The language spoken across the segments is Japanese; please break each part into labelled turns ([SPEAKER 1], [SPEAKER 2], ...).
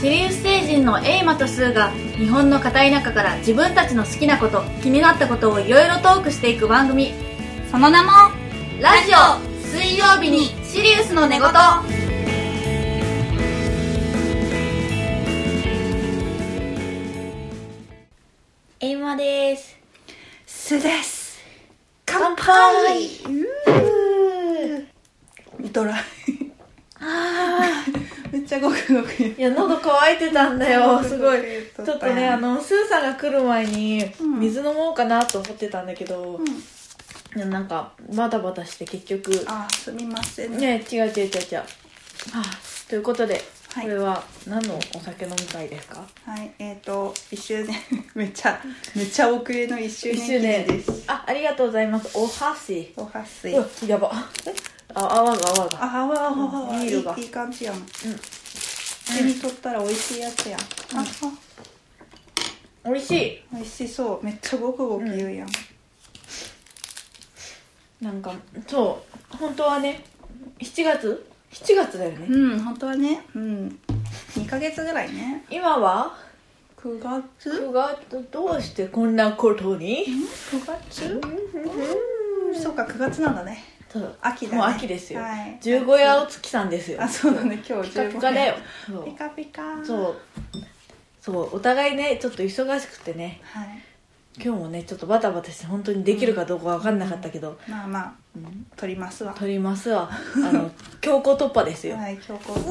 [SPEAKER 1] 知リウス星人のエイマとスーが日本の片田舎から自分たちの好きなこと気になったことをいろいろトークしていく番組
[SPEAKER 2] その名も
[SPEAKER 1] ラジオ水曜日にシリウスの寝言エイマです
[SPEAKER 2] スです
[SPEAKER 1] 乾杯
[SPEAKER 2] ドライ めっちゃごくごく言う
[SPEAKER 3] いや喉乾いてたんだよすごいちょっとねあ
[SPEAKER 2] の
[SPEAKER 3] のスーさんが来る前に
[SPEAKER 2] うん
[SPEAKER 3] 水飲もうかなと思ってたんだけど、
[SPEAKER 2] ん
[SPEAKER 3] いやなんかバタバタして結局
[SPEAKER 2] あすみませんね
[SPEAKER 3] ね違う違う違う違うはあということで、
[SPEAKER 2] はい
[SPEAKER 3] これは何のお酒飲み会ですか
[SPEAKER 2] はいえっ、と一周年 めっちゃめっちゃ遅れの一周
[SPEAKER 3] 一
[SPEAKER 2] 年
[SPEAKER 3] 周年
[SPEAKER 2] 記念です
[SPEAKER 3] あありがとうございますおはし
[SPEAKER 2] おはすいう
[SPEAKER 3] わやばえあ泡が泡が
[SPEAKER 2] あわわわわ
[SPEAKER 3] うん
[SPEAKER 2] い
[SPEAKER 3] ビールが
[SPEAKER 2] いいい感じやんうん手に取ったら美味しいやつやん、ああ
[SPEAKER 3] 美味しい
[SPEAKER 2] 美味しそうめっちゃごくごく言うやん、
[SPEAKER 3] なんかそう本当はね7月7月だよね
[SPEAKER 2] うん、本当はね、うん、二ヶ月ぐらいね。
[SPEAKER 3] 今は
[SPEAKER 2] 九月？
[SPEAKER 3] 9月どうしてこんなことに
[SPEAKER 2] 九月？そうか、九月なんだね。
[SPEAKER 3] そう
[SPEAKER 2] 秋だね。
[SPEAKER 3] もう秋ですよ
[SPEAKER 2] はい。
[SPEAKER 3] 十五夜お月さんですよ
[SPEAKER 2] あ、そうだね。今日
[SPEAKER 3] ピカ
[SPEAKER 2] 十
[SPEAKER 3] ピ
[SPEAKER 2] 五
[SPEAKER 3] カだよそう
[SPEAKER 2] ピカピカ。
[SPEAKER 3] そうそうお互いねちょっと忙しくてね
[SPEAKER 2] はい。
[SPEAKER 3] 今日もねちょっとバタバタして本当にできるかどうか分かんなかったけど、
[SPEAKER 2] まあまあ
[SPEAKER 3] うん
[SPEAKER 2] 取りますわ。は
[SPEAKER 3] 撮りますわあ の強行突破ですよ、
[SPEAKER 2] い、強行
[SPEAKER 3] う
[SPEAKER 2] 突破で。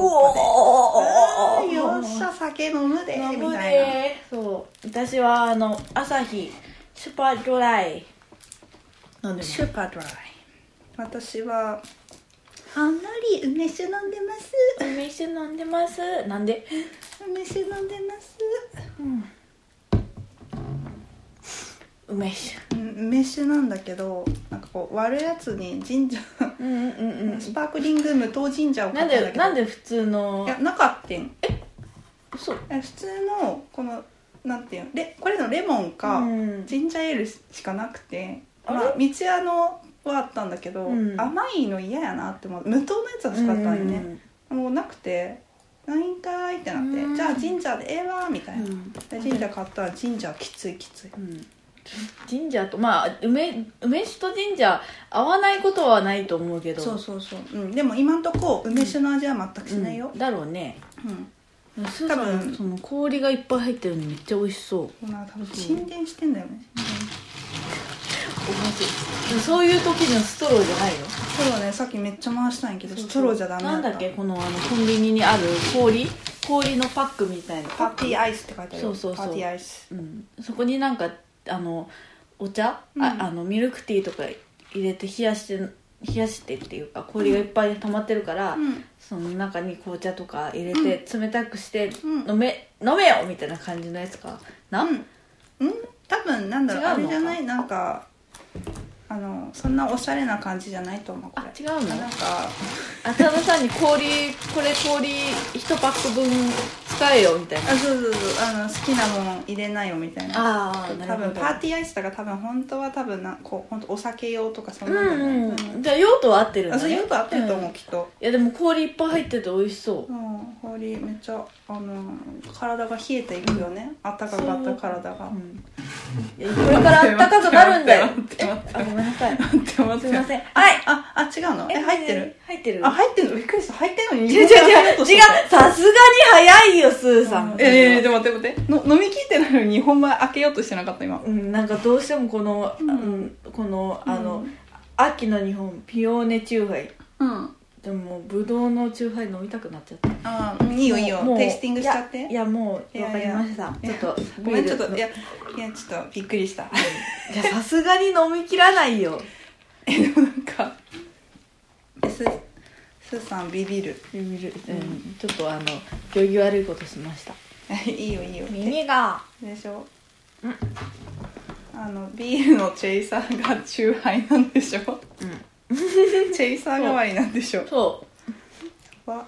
[SPEAKER 2] あ
[SPEAKER 3] お
[SPEAKER 2] ーよっしゃ酒飲むで
[SPEAKER 3] 飲
[SPEAKER 2] み
[SPEAKER 3] む
[SPEAKER 2] たいな。
[SPEAKER 3] でそう私はあの朝日スーパードライ飲んでます
[SPEAKER 2] スーパードライ。私ははんなり梅酒飲んでます。
[SPEAKER 3] 梅酒飲んでますな んで
[SPEAKER 2] 梅酒飲んでます。
[SPEAKER 3] 梅酒
[SPEAKER 2] うん梅酒なんだけどなんかこう悪いやつにジンジャー
[SPEAKER 3] うんうんうん
[SPEAKER 2] スパークリング無糖ジンジャーを買
[SPEAKER 3] なん
[SPEAKER 2] ったんだ
[SPEAKER 3] で
[SPEAKER 2] けど
[SPEAKER 3] なんで普通の
[SPEAKER 2] いやなかったん
[SPEAKER 3] 嘘
[SPEAKER 2] え普通のこのなんていうのレこれのレモンか、
[SPEAKER 3] うん
[SPEAKER 2] ジンジャーエールしかなくて
[SPEAKER 3] あれ
[SPEAKER 2] まあ三ツ矢のはあったんだけど、
[SPEAKER 3] うん
[SPEAKER 2] 甘いの嫌やなって思う無糖のやつ欲しかったんでね、もうなくてないんかいってなって、
[SPEAKER 3] うん
[SPEAKER 2] じゃあジンジャーでええわみた
[SPEAKER 3] う
[SPEAKER 2] いな、
[SPEAKER 3] ん
[SPEAKER 2] でジンジャー買ったらジンジャーきついきつい
[SPEAKER 3] うんジンジャーとまあ梅梅酒とジンジャー合わないことはないと思うけど
[SPEAKER 2] そうそうそう、うん、でも今んとこ梅酒の味は全くしないよ
[SPEAKER 3] うん、だろうね
[SPEAKER 2] うん
[SPEAKER 3] スーさ
[SPEAKER 2] 多
[SPEAKER 3] ん
[SPEAKER 2] 分
[SPEAKER 3] その氷がいっぱい入ってるのめっちゃ美味しそう面
[SPEAKER 2] まあ多分沈殿してんだよね、
[SPEAKER 3] 白いそういう時のストローじゃないよ
[SPEAKER 2] そうだねさっきめっちゃ回したんやけどストローじゃダメだ
[SPEAKER 3] な
[SPEAKER 2] っ
[SPEAKER 3] ん
[SPEAKER 2] た
[SPEAKER 3] だっけこのあのコンビニにある氷氷のパックみたいな
[SPEAKER 2] パーティーアイスって書いてあるよ
[SPEAKER 3] そうそうそう
[SPEAKER 2] パーティーアイス
[SPEAKER 3] うん、そこになんかあのお茶、
[SPEAKER 2] うん
[SPEAKER 3] ああのミルクティーとか入れて冷やして冷やしてっていうか氷がいっぱい溜まってるから、
[SPEAKER 2] うん
[SPEAKER 3] その中に紅茶とか入れて冷たくして
[SPEAKER 2] うん
[SPEAKER 3] 飲め,、飲めよみたいな感じのやつかな、
[SPEAKER 2] うん、うん、多分なんだろう
[SPEAKER 3] 違うの
[SPEAKER 2] あ
[SPEAKER 3] か
[SPEAKER 2] れじゃないなんかあのそんなおしゃれな感じじゃないと思うこれ
[SPEAKER 3] あ違うの
[SPEAKER 2] なんか
[SPEAKER 3] 浅田さんに氷これ氷1パック分使えよみたいな
[SPEAKER 2] あそうそうそうあの好きなもの入れないよみたいな
[SPEAKER 3] ああ
[SPEAKER 2] 多
[SPEAKER 3] なる
[SPEAKER 2] 分
[SPEAKER 3] ほど
[SPEAKER 2] パーティーアイスだから多分本当は多分なこう本当お酒用とかそん
[SPEAKER 3] う
[SPEAKER 2] なんじゃない
[SPEAKER 3] んうんじゃあ用途は合ってるんだ、
[SPEAKER 2] あ
[SPEAKER 3] ね、
[SPEAKER 2] そういうと合ってると思う、
[SPEAKER 3] んい
[SPEAKER 2] きっと
[SPEAKER 3] やでも氷いっぱい入ってて美味しそ
[SPEAKER 2] う
[SPEAKER 3] う
[SPEAKER 2] ん、氷めっちゃあの体が冷えていくよね、あったかかった体が
[SPEAKER 3] いやこれからあったかくなるんだよ
[SPEAKER 2] 待って待って
[SPEAKER 3] えあごめんなさい
[SPEAKER 2] 待って待っ
[SPEAKER 3] す
[SPEAKER 2] て
[SPEAKER 3] いませんはい
[SPEAKER 2] あああ違うのえ入ってる
[SPEAKER 3] 入ってる
[SPEAKER 2] あ入ってるのびっくりした入ってるのに
[SPEAKER 3] 違う違う違う違うさすがに早いよスーさん
[SPEAKER 2] ええでも待って待っての飲み切ってないのに日本米開けようとしてなかった今
[SPEAKER 3] うんなんかどうしてもこの、う
[SPEAKER 2] うん
[SPEAKER 3] ん、このあの、
[SPEAKER 2] うん
[SPEAKER 3] 秋の日本ピオーネチューハイ
[SPEAKER 2] うん
[SPEAKER 3] でももうブドウのチューハイ飲みたくなっちゃった
[SPEAKER 2] あーいいよいいよ
[SPEAKER 3] もう
[SPEAKER 2] テイスティングしちゃっ
[SPEAKER 3] いや
[SPEAKER 2] て
[SPEAKER 3] いやもう
[SPEAKER 2] いや
[SPEAKER 3] わかりました
[SPEAKER 2] いや
[SPEAKER 3] ちょっと
[SPEAKER 2] ごめんちょっと
[SPEAKER 3] ビール
[SPEAKER 2] いやいやちょっとびっくりした
[SPEAKER 3] いやさすがに飲みきらないよ
[SPEAKER 2] えでもなんかえすすーさんビビる
[SPEAKER 3] ビビる、うんちょっとあの行儀悪いことしました
[SPEAKER 2] えいいよいいよ
[SPEAKER 3] 耳が
[SPEAKER 2] でしょあのビールのチェイサーがチューハイなんでしょチェイサー代わりなんでしょ
[SPEAKER 3] そう
[SPEAKER 2] は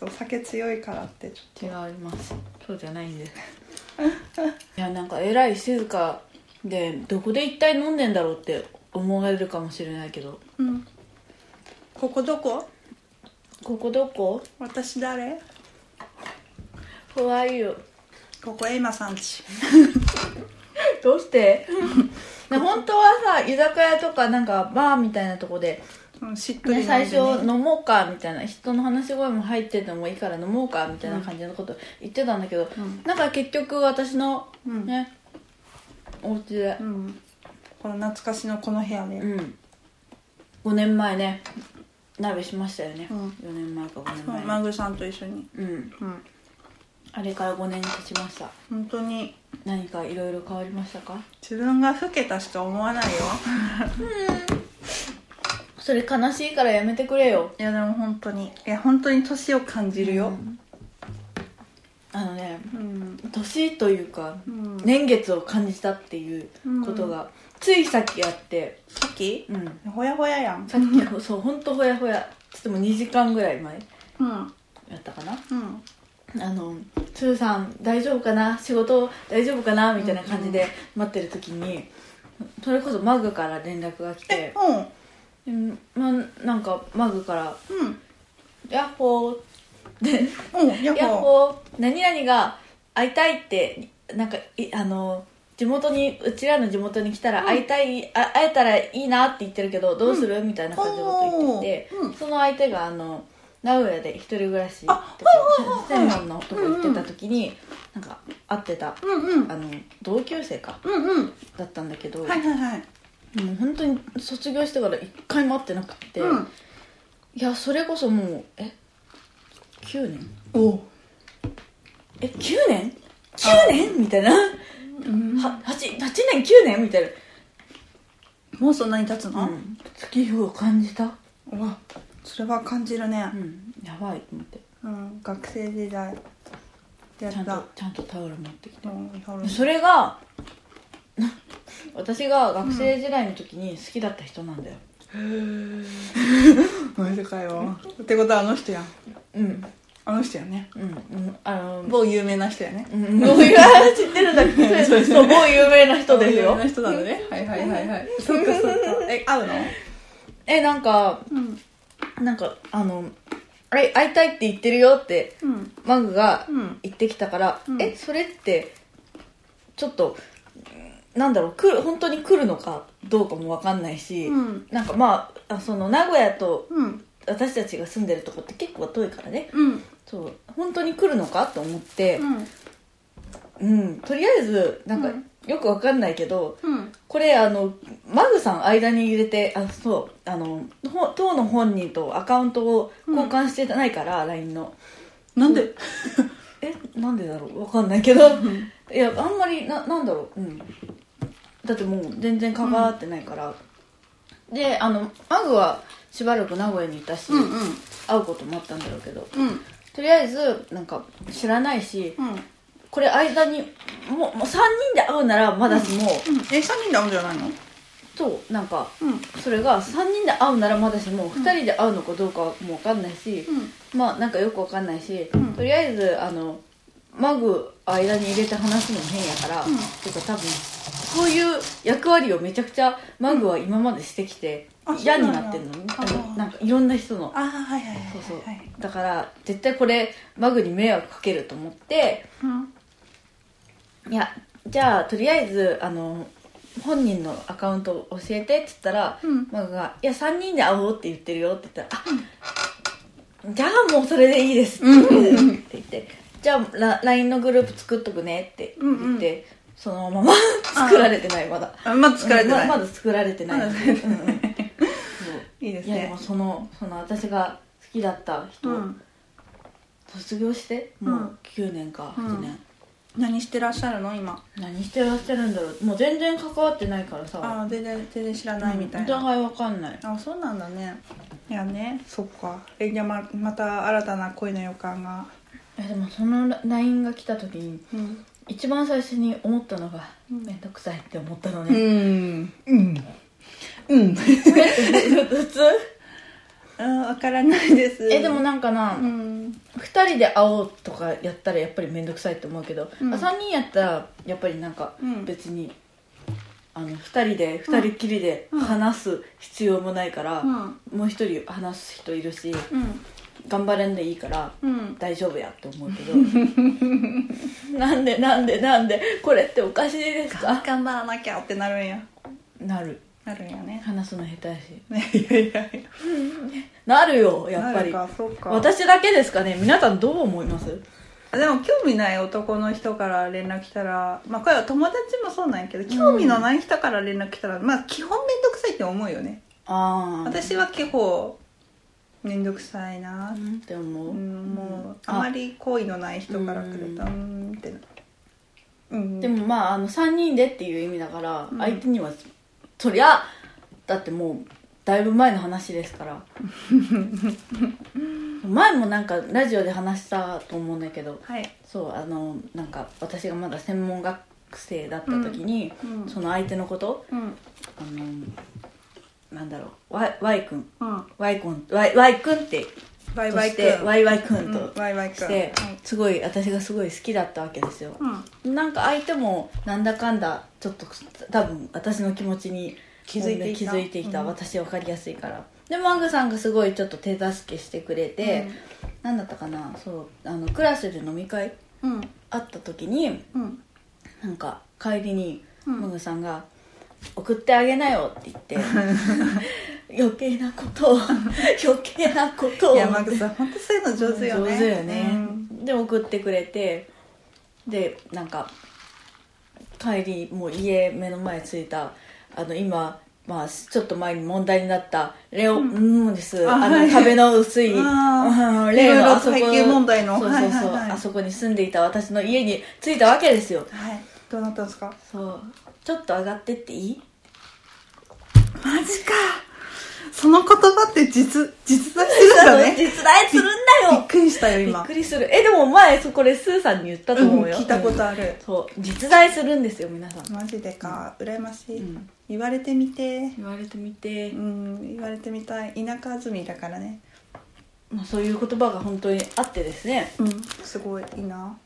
[SPEAKER 2] ちょっとお酒強いからってち
[SPEAKER 3] 違いますそうじゃ ないんですいやなんかえらい静かでどこで一体飲んでんだろうって思われるかもしれないけど
[SPEAKER 2] ょっと、ここどこ
[SPEAKER 3] ここどこ
[SPEAKER 2] 私誰
[SPEAKER 3] 怖いよ
[SPEAKER 2] ここエイマさんち
[SPEAKER 3] どうして ね本当はさ居酒屋とかなんかバーみたいなとこで、
[SPEAKER 2] うんしっとり
[SPEAKER 3] ね、
[SPEAKER 2] 飲んで
[SPEAKER 3] 最
[SPEAKER 2] ね
[SPEAKER 3] 初飲もうかみたいな人の話し声も入っててもいいから飲もうかみたいな感じのこと言ってたんだけど、
[SPEAKER 2] ん
[SPEAKER 3] なんか結局私の
[SPEAKER 2] うん
[SPEAKER 3] ね、お家で
[SPEAKER 2] うんこの懐かしのこの部屋ね、
[SPEAKER 3] うん5年前ね鍋しましたよね、
[SPEAKER 2] うん
[SPEAKER 3] 4年前か5年前
[SPEAKER 2] マグさんと一緒に
[SPEAKER 3] うん
[SPEAKER 2] うん
[SPEAKER 3] あれから5年経ちました
[SPEAKER 2] 本当に
[SPEAKER 3] 何かいろいろ変わりましたか
[SPEAKER 2] 自分が老けたしか思わないよ
[SPEAKER 3] それ悲しいからやめてくれよ
[SPEAKER 2] いやでも本当にいや本当に年を感じるよ
[SPEAKER 3] あのね
[SPEAKER 2] うん
[SPEAKER 3] 年というか
[SPEAKER 2] うん
[SPEAKER 3] 年月を感じたっていうことがついさっきあって
[SPEAKER 2] さっき
[SPEAKER 3] うん
[SPEAKER 2] ほやほややん
[SPEAKER 3] さっきそうほんとほやほやつっても2時間ぐらい前
[SPEAKER 2] うん
[SPEAKER 3] やったかな
[SPEAKER 2] うん
[SPEAKER 3] あの「つーさん大丈夫かな仕事大丈夫かな?」みたいな感じで待ってる時にそれこそマグから連絡が来
[SPEAKER 2] え
[SPEAKER 3] て
[SPEAKER 2] うん
[SPEAKER 3] うんまなんかマグから
[SPEAKER 2] うん
[SPEAKER 3] 「ヤッホー」って
[SPEAKER 2] うんや
[SPEAKER 3] ヤ
[SPEAKER 2] っ
[SPEAKER 3] ッ
[SPEAKER 2] ほ
[SPEAKER 3] ホー何々が会いたいってなんかいあの地元にうちらの地元に来たら会いたい、あ会えたらいいなって言ってるけどどうする、みたいな感じのこと言ってきて、
[SPEAKER 2] おーうん
[SPEAKER 3] その相手があの名古屋で一人暮らしとか
[SPEAKER 2] あはいはいはい
[SPEAKER 3] 専門のとこ行ってた時に、なんか会ってた
[SPEAKER 2] うんうん
[SPEAKER 3] あの同級生か
[SPEAKER 2] うんうん
[SPEAKER 3] だったんだけど、
[SPEAKER 2] はいはいはい
[SPEAKER 3] もう本当に卒業してから一回も会ってなくて、
[SPEAKER 2] うん
[SPEAKER 3] いやそれこそもうえ9年
[SPEAKER 2] お
[SPEAKER 3] え9年 ?9 年みたいなは 8, 8年9年みたい
[SPEAKER 2] もうそんなに経つ
[SPEAKER 3] な、
[SPEAKER 2] の
[SPEAKER 3] うん、月日を感じた、
[SPEAKER 2] うわそれは感じるね
[SPEAKER 3] うん、やばいと思って
[SPEAKER 2] うん学生時代や
[SPEAKER 3] ちゃ
[SPEAKER 2] っ
[SPEAKER 3] んと
[SPEAKER 2] た
[SPEAKER 3] ちゃんとタオル持ってきて
[SPEAKER 2] うんやる
[SPEAKER 3] それがな私が学生時代の時に好きだった人なんだよ
[SPEAKER 2] マジかよってことはあの人やん
[SPEAKER 3] うん
[SPEAKER 2] あの人やね
[SPEAKER 3] うん、うん、あの
[SPEAKER 2] 某有名な人やね
[SPEAKER 3] うんどういう話知ってるんだっけそうそう某有名な人です
[SPEAKER 2] 有名
[SPEAKER 3] よ
[SPEAKER 2] な人なのねはいはいはいはい そっかそっかえ会うの
[SPEAKER 3] えなんか
[SPEAKER 2] うん
[SPEAKER 3] なんかあのあい会いたいって言ってるよって
[SPEAKER 2] うん
[SPEAKER 3] マグが
[SPEAKER 2] うん
[SPEAKER 3] 行ってきたから、
[SPEAKER 2] うん
[SPEAKER 3] えそれってちょっとうんなんだろう来る本当に来るのかどうかも分かんないし、
[SPEAKER 2] うん
[SPEAKER 3] なんかまああその名古屋と
[SPEAKER 2] うん
[SPEAKER 3] 私たちが住んでるとこって結構遠いからね
[SPEAKER 2] うん
[SPEAKER 3] そう本当に来るのかと思って
[SPEAKER 2] う、ん
[SPEAKER 3] うんとりあえずなんか、
[SPEAKER 2] うん
[SPEAKER 3] よく分かんないけど
[SPEAKER 2] うん
[SPEAKER 3] これあのマグさん間に入れてあそうあのほ当の本人とアカウントを交換してないから、LINE の。
[SPEAKER 2] なんで
[SPEAKER 3] えなんでだろうわかんないけどいやあんまりななんだろううんだってもう全然関わってないから、であのマグはしばらく名古屋にいたし、
[SPEAKER 2] うんうん
[SPEAKER 3] 会うこともあったんだろうけど
[SPEAKER 2] うん
[SPEAKER 3] とりあえずなんか知らないし
[SPEAKER 2] うん
[SPEAKER 3] これ間にもうもう3人で会うならまだしも、
[SPEAKER 2] え三人で会うんじゃないの
[SPEAKER 3] そうなんか
[SPEAKER 2] うん
[SPEAKER 3] それが3人で会うならまだしも2人で会うのかどうかも分かんないし、まあなんかよくわかんないし、
[SPEAKER 2] うん
[SPEAKER 3] とりあえずあのマグ間に入れて話すのも変やから、
[SPEAKER 2] うん
[SPEAKER 3] てか多分そういう役割をめちゃくちゃマグは今までしてきて、
[SPEAKER 2] うんあ
[SPEAKER 3] 嫌になってるのね
[SPEAKER 2] そうなんだ
[SPEAKER 3] あの
[SPEAKER 2] あー
[SPEAKER 3] なんかいろんな人の
[SPEAKER 2] ああはいはいはい
[SPEAKER 3] そうそう、
[SPEAKER 2] はい
[SPEAKER 3] だから絶対これマグに迷惑かけると思って
[SPEAKER 2] うん
[SPEAKER 3] いやじゃあとりあえずあの本人のアカウント教えてって言ったら、
[SPEAKER 2] うん
[SPEAKER 3] マグが「いや3人で会おうって言ってるよ」って言ったら「あじゃあもうそれでいいです」って言って「じゃあラ LINE のグループ作っとくね」って言って、
[SPEAKER 2] うんうん
[SPEAKER 3] そのまま 作られてないまだ
[SPEAKER 2] あまだ疲れてない
[SPEAKER 3] ままだ作られてない
[SPEAKER 2] まだ作られて
[SPEAKER 3] うんうん
[SPEAKER 2] いいです
[SPEAKER 3] いやでも
[SPEAKER 2] ね
[SPEAKER 3] そのその私が好きだった人、
[SPEAKER 2] うん
[SPEAKER 3] 卒業してもうんう9年か8年、
[SPEAKER 2] 何してらっしゃるの今
[SPEAKER 3] 何してらっしゃるんだろうもう全然関わってないからさ
[SPEAKER 2] ああ全然全然知らないみたい
[SPEAKER 3] お
[SPEAKER 2] な
[SPEAKER 3] 互いわかんない
[SPEAKER 2] あそうなんだねいやねそっかえじゃあままた新たな恋の予感が
[SPEAKER 3] えでもその LINE が来た時に
[SPEAKER 2] うん
[SPEAKER 3] 一番最初に思ったのが
[SPEAKER 2] うん
[SPEAKER 3] 面倒くさいって思ったの
[SPEAKER 2] う
[SPEAKER 3] ね、
[SPEAKER 2] んうんうん
[SPEAKER 3] 普通
[SPEAKER 2] わからないです
[SPEAKER 3] えでもなんかな、
[SPEAKER 2] うん
[SPEAKER 3] 2人で会おうとかやったらやっぱり面倒くさいって思うけど、
[SPEAKER 2] うん
[SPEAKER 3] あ3人やったらやっぱりなんか
[SPEAKER 2] うん
[SPEAKER 3] 別に、あの2人で2人っきりで
[SPEAKER 2] うん
[SPEAKER 3] 話す必要もないから、
[SPEAKER 2] うん
[SPEAKER 3] もう1人話す人いるし
[SPEAKER 2] うん
[SPEAKER 3] 頑張れんでいいから
[SPEAKER 2] うん
[SPEAKER 3] 大丈夫やって思うけど なんでなんでなんでこれっておかしいですか
[SPEAKER 2] 頑張らなきゃってなるんや
[SPEAKER 3] なる
[SPEAKER 2] なるんやね
[SPEAKER 3] 話すの下 手やし
[SPEAKER 2] ねいやいやい
[SPEAKER 3] なるよ
[SPEAKER 2] や
[SPEAKER 3] やっぱり
[SPEAKER 2] なるかそうか
[SPEAKER 3] 私だけですかね皆さんどう思います
[SPEAKER 2] でも興味ない男の人から連絡来たらまあこれは友達もそうなんやけど興味のない人から連絡来たら、まあ基本面倒くさいって思うよね、
[SPEAKER 3] ああ
[SPEAKER 2] 私は結構面倒くさいな
[SPEAKER 3] う、んって思う、
[SPEAKER 2] うん、もうあまり好意のない人から来るとう
[SPEAKER 3] うん
[SPEAKER 2] ってなうん
[SPEAKER 3] でもまああの3人でっていう意味だから、
[SPEAKER 2] うん
[SPEAKER 3] 相手にはそりゃだってもうだいぶ前の話ですから 前もなんかラジオで話したと思うんだけど
[SPEAKER 2] はい、
[SPEAKER 3] そうあのなんか私がまだ専門学生だった時に、
[SPEAKER 2] うん
[SPEAKER 3] その相手のこと
[SPEAKER 2] うん
[SPEAKER 3] あのなんだろう Y, y 君
[SPEAKER 2] うん、
[SPEAKER 3] Y 君 Y, y 君って
[SPEAKER 2] バ
[SPEAKER 3] と
[SPEAKER 2] イバイ
[SPEAKER 3] し
[SPEAKER 2] く
[SPEAKER 3] て
[SPEAKER 2] ん
[SPEAKER 3] YY 君
[SPEAKER 2] うんバイバイ
[SPEAKER 3] と
[SPEAKER 2] くん
[SPEAKER 3] してすごい私がすごい好きだったわけですよ
[SPEAKER 2] うん
[SPEAKER 3] なんか相手もなんだかんだちょっと多分私の気持ちに
[SPEAKER 2] 気づいていた
[SPEAKER 3] 気づいていた、
[SPEAKER 2] うん
[SPEAKER 3] 私分かりやすいからでもアグさんがすごいちょっと手助けしてくれて、なんだったかなそうあのクラスで飲み会
[SPEAKER 2] うん
[SPEAKER 3] あった時に
[SPEAKER 2] うん
[SPEAKER 3] なんか帰りに
[SPEAKER 2] うん
[SPEAKER 3] マグさんが「送ってあげなよ」って 言って余計なことを余計なことを
[SPEAKER 2] 山口さん本当そういうの上手よね
[SPEAKER 3] 上手よね
[SPEAKER 2] うん
[SPEAKER 3] で送ってくれてでなんか帰りもう家目の前着いたあの今まあちょっと前に問題になったレオうんです
[SPEAKER 2] あ
[SPEAKER 3] あの
[SPEAKER 2] はい
[SPEAKER 3] 壁の薄い
[SPEAKER 2] あー
[SPEAKER 3] うん例
[SPEAKER 2] いろい
[SPEAKER 3] の
[SPEAKER 2] ろ
[SPEAKER 3] あそこ
[SPEAKER 2] 体型問題の
[SPEAKER 3] そうそうそう
[SPEAKER 2] はいはいはい
[SPEAKER 3] あそこに住んでいた私の家に着いたわけですよ
[SPEAKER 2] はいどうなったんですか
[SPEAKER 3] そうちょっと上がってっていい
[SPEAKER 2] マジかその言葉って実実在してるんだね
[SPEAKER 3] 実在するんだ
[SPEAKER 2] び
[SPEAKER 3] よ
[SPEAKER 2] っくりしたよ
[SPEAKER 3] びっ
[SPEAKER 2] 今
[SPEAKER 3] くりするえでも前そこでスーさんに言ったと思うよ、
[SPEAKER 2] うん聞いたことある
[SPEAKER 3] そう実在するんですよ皆さん
[SPEAKER 2] マジでか羨ましい、
[SPEAKER 3] うん
[SPEAKER 2] 言われてみて
[SPEAKER 3] 言われてみて、
[SPEAKER 2] うん言われてみたい田舎住みだからね
[SPEAKER 3] まあ、そういう言葉が本当にあってですね
[SPEAKER 2] うんすごいいいな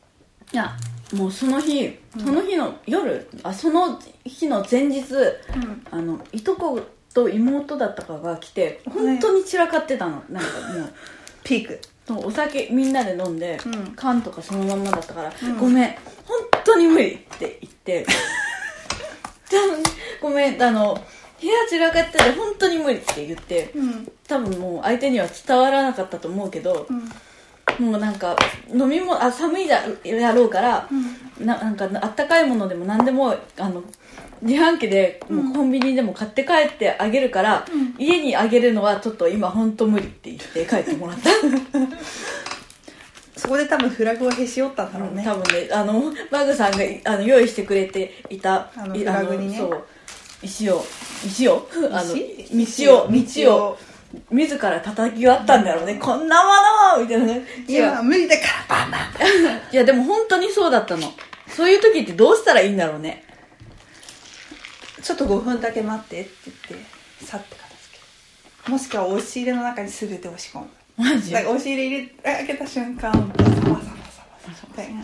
[SPEAKER 2] い
[SPEAKER 3] やもうその日
[SPEAKER 2] うん
[SPEAKER 3] その日の夜、あその日の前日
[SPEAKER 2] うん
[SPEAKER 3] あのいとこと妹だったかが来て本当に散らかってたの、なんかもう
[SPEAKER 2] ピーク
[SPEAKER 3] そうお酒みんなで飲んで、
[SPEAKER 2] うん
[SPEAKER 3] 缶とかそのまんまだったから「
[SPEAKER 2] うん
[SPEAKER 3] ごめん本当に無理」って 言って「でもごめんあの部屋散らかってて本当に無理」って言って
[SPEAKER 2] うん
[SPEAKER 3] 多分もう相手には伝わらなかったと思うけど
[SPEAKER 2] う、ん
[SPEAKER 3] もうなんか飲み物あ寒いだやろうから、ななんかあったかいものでも何でもあの自販機でもうコンビニでも買って帰ってあげるから、
[SPEAKER 2] うん
[SPEAKER 3] 家にあげるのはちょっと今本当無理って言って帰ってもらった。
[SPEAKER 2] そこで多分フラグをへし折ったんだろうね、
[SPEAKER 3] 多分ねあのマグさんがあの用意してくれていた
[SPEAKER 2] あの
[SPEAKER 3] い
[SPEAKER 2] フラグにね
[SPEAKER 3] そう石を石をあの
[SPEAKER 2] 石
[SPEAKER 3] 道を道を自ら叩き割ったんだろうね、こんなものみたいなね
[SPEAKER 2] いや無理だからバンバンバン
[SPEAKER 3] いやでも本当にそうだったのそういう時ってどうしたらいいんだろうね
[SPEAKER 2] ちょっと5分だけ待ってって言ってさって片付けるもしくは押し入れの中に全て押し込む
[SPEAKER 3] マジ
[SPEAKER 2] なんか押し入れ入れ開けた瞬間サバサバサバサバみたいな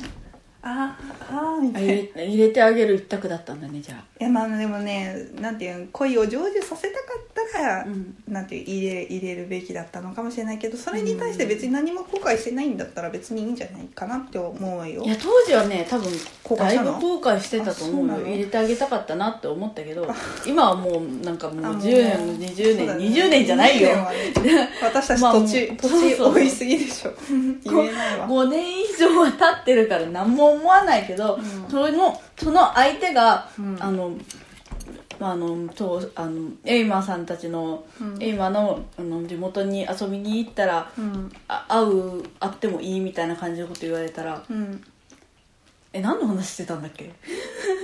[SPEAKER 2] あーあーみ
[SPEAKER 3] あ
[SPEAKER 2] たいな
[SPEAKER 3] 入れ入れてあげる一択だったんだねじゃ
[SPEAKER 2] いやまあでもねなんていうん恋を成就させたかったから、
[SPEAKER 3] うん
[SPEAKER 2] なんていう入れ入れるべきだったのかもしれないけどそれに対して別に何も後悔してないんだったら別にいいんじゃないかなって思うよ
[SPEAKER 3] あいや当時はね多分
[SPEAKER 2] 後悔
[SPEAKER 3] だ
[SPEAKER 2] し
[SPEAKER 3] い
[SPEAKER 2] た
[SPEAKER 3] ぶ
[SPEAKER 2] の
[SPEAKER 3] 後悔してたと思
[SPEAKER 2] あそうな
[SPEAKER 3] うよ
[SPEAKER 2] の
[SPEAKER 3] 入れてあげたかったなって思ったけど 今はもうなんかもう
[SPEAKER 2] あもう
[SPEAKER 3] 10
[SPEAKER 2] そ
[SPEAKER 3] 年20
[SPEAKER 2] う
[SPEAKER 3] 年、
[SPEAKER 2] だね
[SPEAKER 3] 20年じゃないよ
[SPEAKER 2] 20年はね私たち
[SPEAKER 3] まあもう
[SPEAKER 2] 土地、
[SPEAKER 3] そう
[SPEAKER 2] 土
[SPEAKER 3] そう
[SPEAKER 2] 地多いすぎでし ょ言えないわ
[SPEAKER 3] 5年以上は経ってるから何も思わないけど、
[SPEAKER 2] うん
[SPEAKER 3] それのその相手が、
[SPEAKER 2] うん
[SPEAKER 3] あのまああのそうあのエイマーさんたちの、
[SPEAKER 2] うん
[SPEAKER 3] エイマーのあの地元に遊びに行ったら
[SPEAKER 2] うん
[SPEAKER 3] あ会う会ってもいいみたいな感じのこと言われたら
[SPEAKER 2] うん
[SPEAKER 3] え何の話してたんだっけ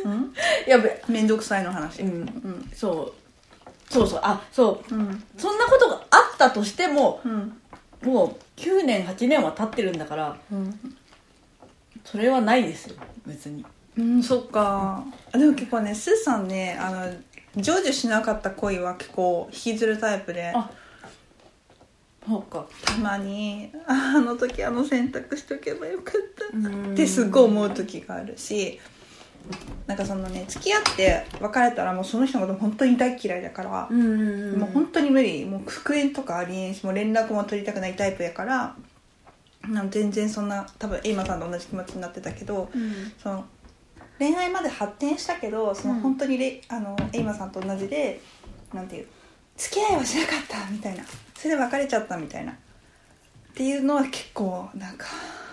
[SPEAKER 2] うん
[SPEAKER 3] やべ
[SPEAKER 2] 面倒くさいの話
[SPEAKER 3] う
[SPEAKER 2] うんん
[SPEAKER 3] そうそうそうあそう
[SPEAKER 2] うん
[SPEAKER 3] そんなことがあったとしても
[SPEAKER 2] うん
[SPEAKER 3] もう9年8年は経ってるんだから
[SPEAKER 2] うん、
[SPEAKER 3] それはないですよ別に
[SPEAKER 2] うん、そっかでも結構ねスーさんねあの成就しなかった恋は結構引きずるタイプで
[SPEAKER 3] あそうか
[SPEAKER 2] たまにああの時あの選択しとけばよかった
[SPEAKER 3] うん
[SPEAKER 2] ってすごい思う時があるしなんかそのね付き合って別れたらもうその人のこと本当に大嫌いだから、
[SPEAKER 3] うんうんうん
[SPEAKER 2] もう本当に無理もう復縁とかありえんしもう連絡も取りたくないタイプやからなん全然そんな多分エイマさんと同じ気持ちになってたけど、
[SPEAKER 3] うん
[SPEAKER 2] その恋愛まで発展したけどその
[SPEAKER 3] うん
[SPEAKER 2] 本当にれ、あのエイマさんと同じでなんていう付き合いはしなかったみたいなそれで別れちゃったみたいなっていうのは結構なんか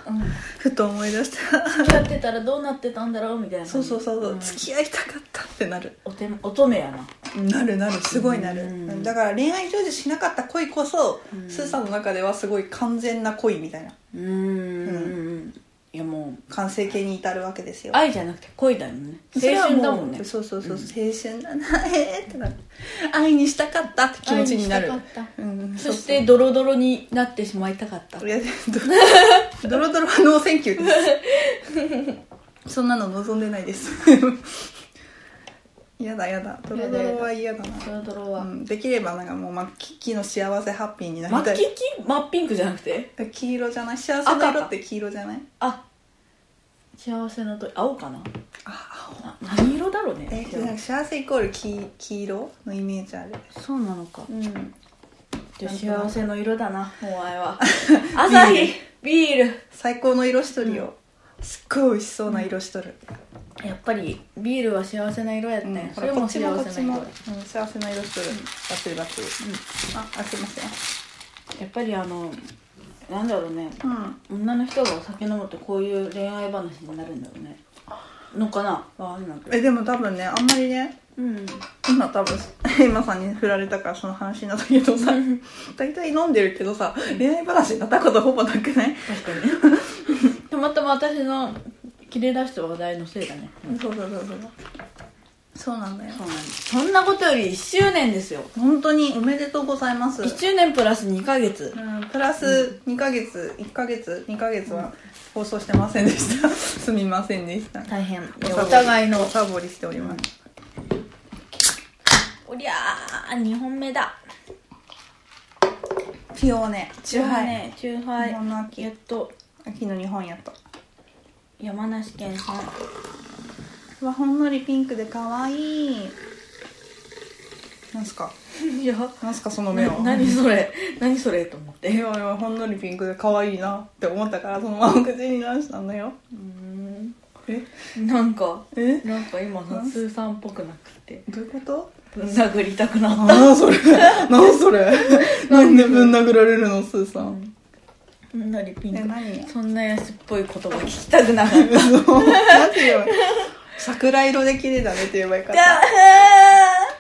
[SPEAKER 3] うん
[SPEAKER 2] ふと思い出した
[SPEAKER 3] 付き合ってたらどうなってたんだろうみたい な
[SPEAKER 2] そうそうそうそう、
[SPEAKER 3] ん
[SPEAKER 2] 付き合いたかったってなる
[SPEAKER 3] おて乙女やな
[SPEAKER 2] なるなるすごいなる、
[SPEAKER 3] うん
[SPEAKER 2] だから恋愛成就しなかった恋こそ、
[SPEAKER 3] うん
[SPEAKER 2] スーさんの中ではすごい完全な恋みたいな
[SPEAKER 3] うんうんいやもう
[SPEAKER 2] 完成形に至るわけですよ
[SPEAKER 3] 愛じゃなくて恋だよね青春だもんね
[SPEAKER 2] それはうそうそうそう、青春だなえーってなる愛にしたかったって気持ちになる
[SPEAKER 3] 愛したかった
[SPEAKER 2] うん、
[SPEAKER 3] そしてドロドロになってしまいたかった
[SPEAKER 2] そうそういや ドドロドロはノーセンキューです そんなの望んでないです やだやだドロドロは嫌だな
[SPEAKER 3] ドロドロは、
[SPEAKER 2] うん、できればなんかもうマッキッキの幸せハッピーにな
[SPEAKER 3] マ
[SPEAKER 2] りた
[SPEAKER 3] ッ
[SPEAKER 2] い
[SPEAKER 3] キキマッピンクじゃなくて
[SPEAKER 2] 黄色じゃない幸せの色って黄色じゃない
[SPEAKER 3] あ幸せのと青かな
[SPEAKER 2] あ
[SPEAKER 3] な何色だろうね
[SPEAKER 2] えなんか幸せイコール黄黄色のイメージある
[SPEAKER 3] そうなのか
[SPEAKER 2] うん
[SPEAKER 3] じゃあ幸せの色だなお前 は朝日ビール
[SPEAKER 2] 最高の色しとるよ、すっごい美味しそうな色しとる、
[SPEAKER 3] やっぱりビールは幸せな色やった
[SPEAKER 2] うんん
[SPEAKER 3] や、
[SPEAKER 2] ほ
[SPEAKER 3] それ
[SPEAKER 2] らこ
[SPEAKER 3] も
[SPEAKER 2] っち
[SPEAKER 3] 幸
[SPEAKER 2] もこっ
[SPEAKER 3] せ
[SPEAKER 2] ち
[SPEAKER 3] な
[SPEAKER 2] も、
[SPEAKER 3] 色だ
[SPEAKER 2] うん、幸せな色しとる、バッチリバッチリ、ああすいません
[SPEAKER 3] やっぱりあのなんだろうね
[SPEAKER 2] うん
[SPEAKER 3] 女の人がお酒飲むとこういう恋愛話になるんだろうねのかなわかんないけど
[SPEAKER 2] えでも多分ねあんまりね
[SPEAKER 3] うん
[SPEAKER 2] 今多分 今さんに振られたからその話になったけどさ大体飲んでるけどさ恋愛話になったことほぼなくない
[SPEAKER 3] 確かに たまたま私の切れ出した話題のせいだね
[SPEAKER 2] そうそうそうそうそうなんだよ
[SPEAKER 3] そうなんですそんなことより1周年ですよ
[SPEAKER 2] 本当におめでとうございます、
[SPEAKER 3] 1周年プラス2ヶ月
[SPEAKER 2] うん、プラス2ヶ月1ヶ月2ヶ月は放送してませんでした すみませんでした
[SPEAKER 3] 大変
[SPEAKER 2] お
[SPEAKER 3] お互いの
[SPEAKER 2] サボりしております、
[SPEAKER 3] おりゃー2本目だ
[SPEAKER 2] ピオーネチューハイ、
[SPEAKER 3] ねチューハ
[SPEAKER 2] 日本の
[SPEAKER 3] イ
[SPEAKER 2] 秋
[SPEAKER 3] やっと
[SPEAKER 2] 秋の日本やった
[SPEAKER 3] 山梨県産
[SPEAKER 2] うわほんのりピンクで可愛いなんすか
[SPEAKER 3] いや
[SPEAKER 2] なんすかその目
[SPEAKER 3] な
[SPEAKER 2] は
[SPEAKER 3] 何それ何それと思っ
[SPEAKER 2] い
[SPEAKER 3] て
[SPEAKER 2] やいやほんのりピンクで可愛いなって思ったからそのまま口に出したんだよ
[SPEAKER 3] うん
[SPEAKER 2] え
[SPEAKER 3] なんか
[SPEAKER 2] え
[SPEAKER 3] なんか今さスーさんっぽくなくて
[SPEAKER 2] どういうこと
[SPEAKER 3] ぶん殴りたくなった
[SPEAKER 2] ああそ れ何それなんでぶん殴られるのスーさん
[SPEAKER 3] ほんのりピン
[SPEAKER 2] え
[SPEAKER 3] ク
[SPEAKER 2] 何
[SPEAKER 3] そんな安っぽい言葉聞きたくなかった
[SPEAKER 2] そうなんて言えばいい桜色で綺麗だねって言えばよかった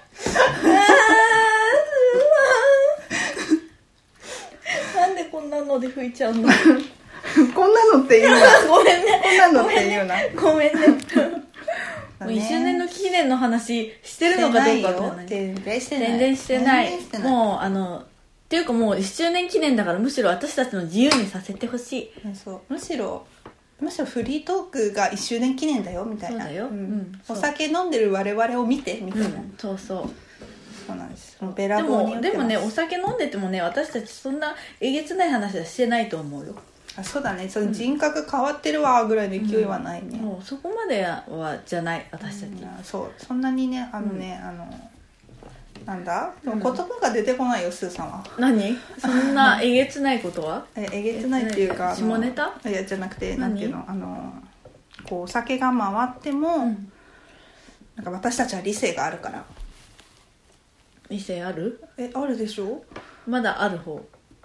[SPEAKER 3] なんでこんなので吹いちゃうの
[SPEAKER 2] こんなのって言うな
[SPEAKER 3] ごめんね
[SPEAKER 2] こんなのって言うな
[SPEAKER 3] ごめんねもう
[SPEAKER 2] 一
[SPEAKER 3] 1周年の記念の話してるのかどうかわかんない
[SPEAKER 2] 全然してない
[SPEAKER 3] 全然してない
[SPEAKER 2] 全然してない
[SPEAKER 3] もうあのっていうかもう1周年記念だからむしろ私たちの自由にさせてほしい
[SPEAKER 2] うんそうむしろむしろフリートークが1周年記念だよみたいな
[SPEAKER 3] そうだよ
[SPEAKER 2] ん
[SPEAKER 3] うんそう
[SPEAKER 2] お酒飲んでる我々を見てみたいな、
[SPEAKER 3] うんそうそう
[SPEAKER 2] そうなんですベ
[SPEAKER 3] で
[SPEAKER 2] ラボーに
[SPEAKER 3] も
[SPEAKER 2] 打ってます
[SPEAKER 3] でもねお酒飲んでてもね私たちそんなえげつない話はしてないと思うよ
[SPEAKER 2] あそうだねその人格変わってるわぐらいの勢いはないね、
[SPEAKER 3] もうそこまではじゃない私たち、
[SPEAKER 2] うんそうそんなにねあのね、あのなんだでも言葉が出てこないよスーさんは
[SPEAKER 3] 何そんなえげつないことは
[SPEAKER 2] ええげつないっていうか
[SPEAKER 3] え下ネタ
[SPEAKER 2] あのいやじゃなくて
[SPEAKER 3] 何
[SPEAKER 2] なんていうのあのこうお酒が回っても、
[SPEAKER 3] ん
[SPEAKER 2] なんか私たちは理性があるから
[SPEAKER 3] 理性ある
[SPEAKER 2] えあるでしょ
[SPEAKER 3] まだある方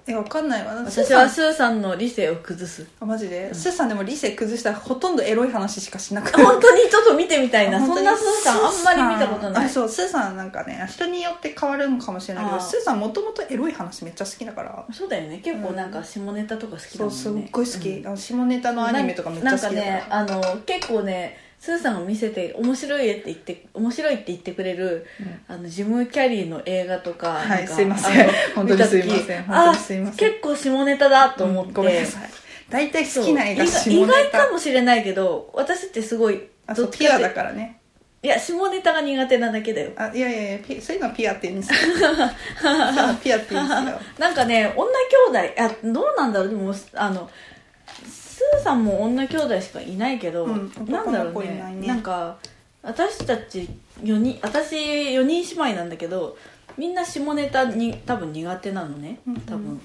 [SPEAKER 2] えわかんないわスー
[SPEAKER 3] 私
[SPEAKER 2] さ
[SPEAKER 3] は
[SPEAKER 2] ん
[SPEAKER 3] スーさんの理性を崩す
[SPEAKER 2] あマジで、スーさんでも理性崩したらほとんどエロい話しかしなくて
[SPEAKER 3] 本当にちょっと見てみたいな
[SPEAKER 2] 本
[SPEAKER 3] そ
[SPEAKER 2] 当
[SPEAKER 3] ん
[SPEAKER 2] に
[SPEAKER 3] なスーさんあんまり見たことな
[SPEAKER 2] あ
[SPEAKER 3] い
[SPEAKER 2] そうスーさんなんかね人によって変わるのかもしれないけ
[SPEAKER 3] あ
[SPEAKER 2] ど
[SPEAKER 3] ー
[SPEAKER 2] スーさんもともとエロい話めっちゃ好きだから
[SPEAKER 3] そうだよね結構なんか下ネタとか好きだ
[SPEAKER 2] そ
[SPEAKER 3] も
[SPEAKER 2] うん
[SPEAKER 3] ね
[SPEAKER 2] すっごい好き、あの下ネタのアニメとかめっちゃ好きだから
[SPEAKER 3] なんかねあの結構ねスーさんが見せて面白い絵って言って面白いって言ってくれる、あのジム・キャリーの映画とか
[SPEAKER 2] はい
[SPEAKER 3] なんか
[SPEAKER 2] すいません
[SPEAKER 3] あの
[SPEAKER 2] 本当にすいま
[SPEAKER 3] 見た時
[SPEAKER 2] せん本当にすいません
[SPEAKER 3] あ結構下ネタだと思って、
[SPEAKER 2] ごめんなさい大体
[SPEAKER 3] そう
[SPEAKER 2] 好きな映画下ネ
[SPEAKER 3] 意外意
[SPEAKER 2] タ
[SPEAKER 3] 外かもしれないけど私ってすごい
[SPEAKER 2] あそう
[SPEAKER 3] どっち
[SPEAKER 2] ピ
[SPEAKER 3] か
[SPEAKER 2] ア
[SPEAKER 3] って
[SPEAKER 2] だからね
[SPEAKER 3] いや下ネタが苦手なだけだよ
[SPEAKER 2] あいやいやいやピそういうのはピアって言うんですよそういうのはピアって言うんですよ
[SPEAKER 3] なんかね女兄弟あどうなんだろうでもあのスーさんも女兄弟しかいないけど、
[SPEAKER 2] うん
[SPEAKER 3] なん
[SPEAKER 2] 男
[SPEAKER 3] だろ
[SPEAKER 2] の子
[SPEAKER 3] う
[SPEAKER 2] い
[SPEAKER 3] ね
[SPEAKER 2] な
[SPEAKER 3] ない
[SPEAKER 2] ね
[SPEAKER 3] んか私たち4人私4人姉妹なんだけどみんな下ネタに多分苦手なのね
[SPEAKER 2] うんうん
[SPEAKER 3] 多分、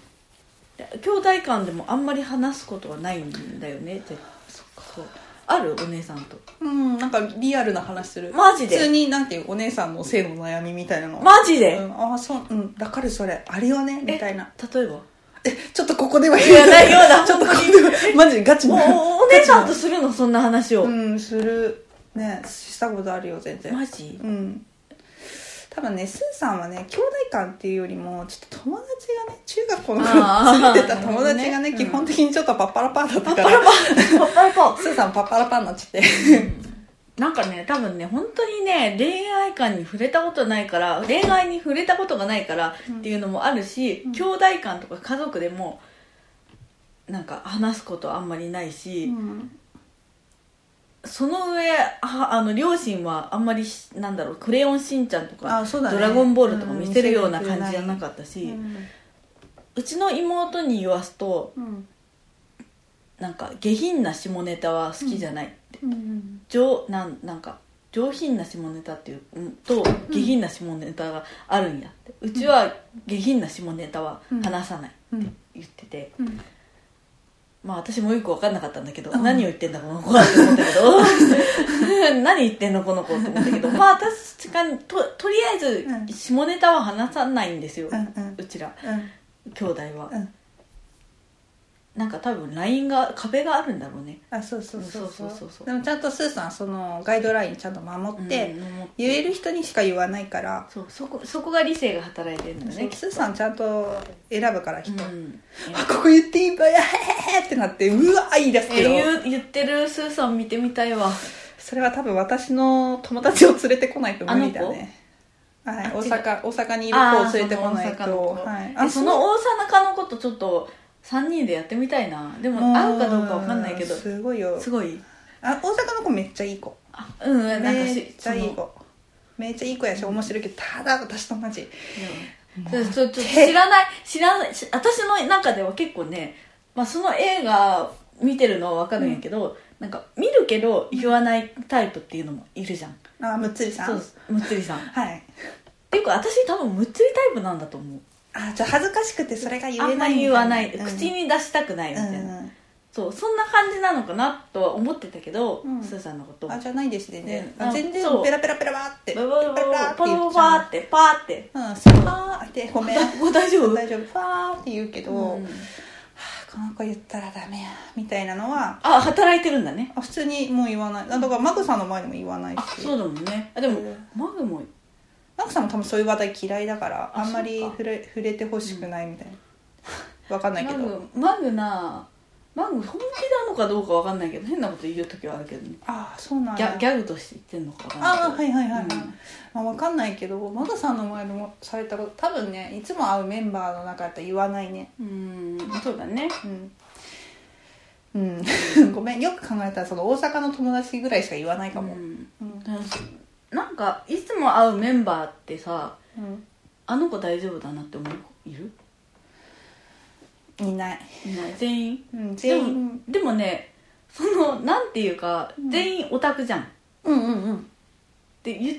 [SPEAKER 3] で兄弟間でもあんまり話すことはないんだよねってそうあるお姉さんと
[SPEAKER 2] うんなんかリアルな話する
[SPEAKER 3] マジで
[SPEAKER 2] 普通になんていうお姉さんの性の悩みみたいなの
[SPEAKER 3] マジで、
[SPEAKER 2] うん、ああそううんだからそれあるよねみたいな
[SPEAKER 3] 例 えば
[SPEAKER 2] えちょっとここでは言
[SPEAKER 3] いやないよう だ
[SPEAKER 2] ちょっとここではマジでガチ
[SPEAKER 3] も
[SPEAKER 2] な
[SPEAKER 3] う おお姉さんとするのそんな話を、
[SPEAKER 2] うんするねしたことあるよ全然
[SPEAKER 3] マジ
[SPEAKER 2] うん多分ねスーさんはね兄弟間っていうよりもちょっと友達がね中学校の
[SPEAKER 3] あー
[SPEAKER 2] 頃住んでた友達がね
[SPEAKER 3] なるほどね
[SPEAKER 2] 基本的にちょっとパッパラパーだった
[SPEAKER 3] パッ
[SPEAKER 2] か
[SPEAKER 3] パ
[SPEAKER 2] ら
[SPEAKER 3] ラパーパッパラパー
[SPEAKER 2] スーさんパッパラパーになっちゃって
[SPEAKER 3] なんかね、多分ね、本当にね、恋愛観に触れたことないから、恋愛に触れたことがないからっていうのもあるし、兄弟間とか家族でも、なんか話すことあんまりないし、その上ああの両親はあんまりしなんだろう「クレヨンしんちゃん」とか
[SPEAKER 2] あそう
[SPEAKER 3] ド
[SPEAKER 2] だね
[SPEAKER 3] ラゴンボール」とか
[SPEAKER 2] うん
[SPEAKER 3] 見せるような感じじゃなかった
[SPEAKER 2] う
[SPEAKER 3] し、うんちの妹に言わすと
[SPEAKER 2] うん
[SPEAKER 3] なんか下品な下ネタは好きじゃない、
[SPEAKER 2] うん
[SPEAKER 3] 上なんなんか上品な下ネタっていううんと下品な下ネタがあるんやって、うちは下品な下ネタは話さないって
[SPEAKER 2] うん
[SPEAKER 3] 言ってて、
[SPEAKER 2] うん
[SPEAKER 3] まあ私もよく分かんなかったんだけど、
[SPEAKER 2] うん
[SPEAKER 3] 何を言ってんだこの子はって思ったけ ど 何言ってんのこの子って思ったけどまあ確かにととりあえ
[SPEAKER 2] うん
[SPEAKER 3] ず下ネタは話さないんですよ、
[SPEAKER 2] う
[SPEAKER 3] うん
[SPEAKER 2] うん
[SPEAKER 3] ちら
[SPEAKER 2] うん
[SPEAKER 3] 兄弟は、
[SPEAKER 2] うん
[SPEAKER 3] なんか多分ラインが壁があるんだろうね
[SPEAKER 2] あそうそうそうそ
[SPEAKER 3] そうそうそうそう
[SPEAKER 2] うでもちゃんとスーさんはそのガイドラインちゃんと守って、
[SPEAKER 3] うん思って
[SPEAKER 2] 言える人にしか言わないから
[SPEAKER 3] そうそこそこが理性が働いてるんだね
[SPEAKER 2] そうスーさんちゃんと選ぶから人、
[SPEAKER 3] うん
[SPEAKER 2] あここ言っていいばやへへへってなってうわ言い出す
[SPEAKER 3] え
[SPEAKER 2] けど
[SPEAKER 3] 言う言ってるスーさん見てみたいわ
[SPEAKER 2] それは多分私の友達を連れてこないと無理だねはい
[SPEAKER 3] あ
[SPEAKER 2] 大
[SPEAKER 3] 違う
[SPEAKER 2] 阪大阪にいる
[SPEAKER 3] あ
[SPEAKER 2] 子
[SPEAKER 3] ー
[SPEAKER 2] を連れてこない
[SPEAKER 3] その
[SPEAKER 2] と
[SPEAKER 3] 大阪の子
[SPEAKER 2] はい
[SPEAKER 3] え
[SPEAKER 2] あ
[SPEAKER 3] その大阪のことちょっと3人でやってみたいなでも
[SPEAKER 2] も
[SPEAKER 3] 合うかどうかわかんないけどす
[SPEAKER 2] すごいよ
[SPEAKER 3] ごい
[SPEAKER 2] あ大阪の子めっちゃいい子
[SPEAKER 3] あうんなんか
[SPEAKER 2] めっ
[SPEAKER 3] し
[SPEAKER 2] ちゃいい
[SPEAKER 3] その
[SPEAKER 2] 子めっちゃいい子やし面白いけどただ私と同じ
[SPEAKER 3] うんそうそうちょっと知らない知らないし私の中では結構ね、まあ、その映画見てるのはわかるんやけど、なんか見るけど言わないタイプっていうのもいるじゃん
[SPEAKER 2] あむっつりさ
[SPEAKER 3] そ
[SPEAKER 2] ん
[SPEAKER 3] うむっつりさんっ
[SPEAKER 2] はい
[SPEAKER 3] ていうか私多分むっつりタイプなんだと思う
[SPEAKER 2] あじゃあ恥ずかしくてそれが言えな
[SPEAKER 3] あ
[SPEAKER 2] い
[SPEAKER 3] んまり言わない、
[SPEAKER 2] みた
[SPEAKER 3] 口に出したくない
[SPEAKER 2] う
[SPEAKER 3] みたい
[SPEAKER 2] ん
[SPEAKER 3] な、
[SPEAKER 2] うん
[SPEAKER 3] そうそんな感じなのかなとは思ってたけど、
[SPEAKER 2] うん
[SPEAKER 3] スーさんのこと
[SPEAKER 2] あじゃないですね
[SPEAKER 3] ね
[SPEAKER 2] あ全然
[SPEAKER 3] そう
[SPEAKER 2] ペラペラペラバーって
[SPEAKER 3] ババババ
[SPEAKER 2] ペラペラ
[SPEAKER 3] パ
[SPEAKER 2] 言
[SPEAKER 3] パ
[SPEAKER 2] っちゃう
[SPEAKER 3] パってパーって
[SPEAKER 2] うんそうファーってごめん
[SPEAKER 3] もう大丈夫
[SPEAKER 2] 大丈夫ファーって言うけど、
[SPEAKER 3] うん
[SPEAKER 2] はあこの子言ったらダメやみたいなのは
[SPEAKER 3] あ働いてるんだね
[SPEAKER 2] あ普通にもう言わないあだからマグさんの前でも言わない
[SPEAKER 3] あ
[SPEAKER 2] し
[SPEAKER 3] そうだもんねあでも
[SPEAKER 2] うん
[SPEAKER 3] マグも
[SPEAKER 2] マグさんも多分そういう話題嫌いだから
[SPEAKER 3] あ
[SPEAKER 2] あんまり
[SPEAKER 3] そうか
[SPEAKER 2] 触れ触れてほしくないみたいな、わかんないけ
[SPEAKER 3] マ
[SPEAKER 2] ど
[SPEAKER 3] グマグなマグ本気なのかどうかわかんないけど変なこと言う時はあるけどね
[SPEAKER 2] ああそうなん
[SPEAKER 3] ギ
[SPEAKER 2] や
[SPEAKER 3] ャギャグとして言ってんのかわかんないけど
[SPEAKER 2] ああはいはいはいはい、
[SPEAKER 3] うん
[SPEAKER 2] まあ、わかんないけどマグさんの前でもされたこと多分ねいつも会うメンバーの中やったら言わないね
[SPEAKER 3] うんそうだね
[SPEAKER 2] うんうん、 ごめんよく考えたらその大阪の友達ぐらいしか言わないかも、
[SPEAKER 3] うん
[SPEAKER 2] うん
[SPEAKER 3] なんかいつも会うメンバーってさ
[SPEAKER 2] うん
[SPEAKER 3] あの子大丈夫だなって思う子いる
[SPEAKER 2] いない、
[SPEAKER 3] いない全員
[SPEAKER 2] うん、
[SPEAKER 3] で
[SPEAKER 2] 全
[SPEAKER 3] も
[SPEAKER 2] 員
[SPEAKER 3] でもねそのなんていうか、
[SPEAKER 2] うん
[SPEAKER 3] 全員オタクじゃんっ
[SPEAKER 2] うんうんうん
[SPEAKER 3] て言っ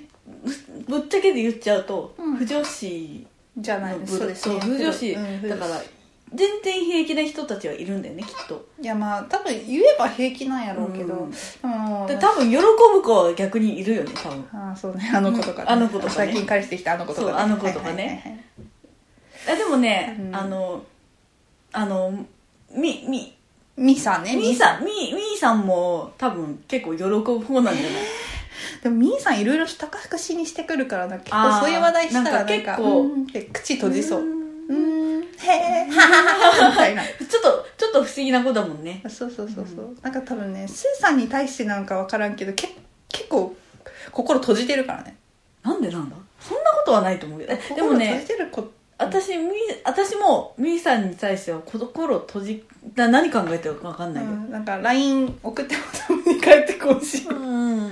[SPEAKER 3] ぶっちゃけで言っちゃうと、
[SPEAKER 2] うん
[SPEAKER 3] 不女子
[SPEAKER 2] じゃない
[SPEAKER 3] の
[SPEAKER 2] で
[SPEAKER 3] 部
[SPEAKER 2] すそうです
[SPEAKER 3] そう
[SPEAKER 2] ね
[SPEAKER 3] 不女子、
[SPEAKER 2] うん不
[SPEAKER 3] だ
[SPEAKER 2] 女子
[SPEAKER 3] から全然平気な人たちはいるんだよねきっと
[SPEAKER 2] いやまあ多分言えば平気なんやろうけど、
[SPEAKER 3] うん
[SPEAKER 2] でも
[SPEAKER 3] で多分喜ぶ子は逆にいるよね多分
[SPEAKER 2] ああそうねあの子とか、
[SPEAKER 3] うんあの子とかね
[SPEAKER 2] 最近彼氏できたあの子とか、
[SPEAKER 3] そうあの子と
[SPEAKER 2] はいは
[SPEAKER 3] かね
[SPEAKER 2] いはいはい
[SPEAKER 3] あでもね、
[SPEAKER 2] うん
[SPEAKER 3] あのあのみみ
[SPEAKER 2] ミサね
[SPEAKER 3] みーさんみみーさんも多分結構喜ぶ方なんじゃない、
[SPEAKER 2] でもミーさんいろいろしたかかしにしてくるからな結
[SPEAKER 3] あ
[SPEAKER 2] 構
[SPEAKER 3] ー
[SPEAKER 2] そういう話題したらなんか
[SPEAKER 3] なんか結構
[SPEAKER 2] うんって口閉じそう
[SPEAKER 3] う
[SPEAKER 2] うんーんへえはははみたいな
[SPEAKER 3] ちょっとちょっと不思議な子だもんね
[SPEAKER 2] そうそうそうそう、なんか多分ねスーさんに対してなんか分からんけどけ結構心閉じてるからね
[SPEAKER 3] なんでなんだそんなことはないと思うけどえでも
[SPEAKER 2] 心閉
[SPEAKER 3] ね
[SPEAKER 2] じてる子
[SPEAKER 3] 私み私もみーさんに対しては心閉じな何考えてるか分かんないけど
[SPEAKER 2] うんなんか LINE 送ってもたまに帰ってこんし、
[SPEAKER 3] うんうん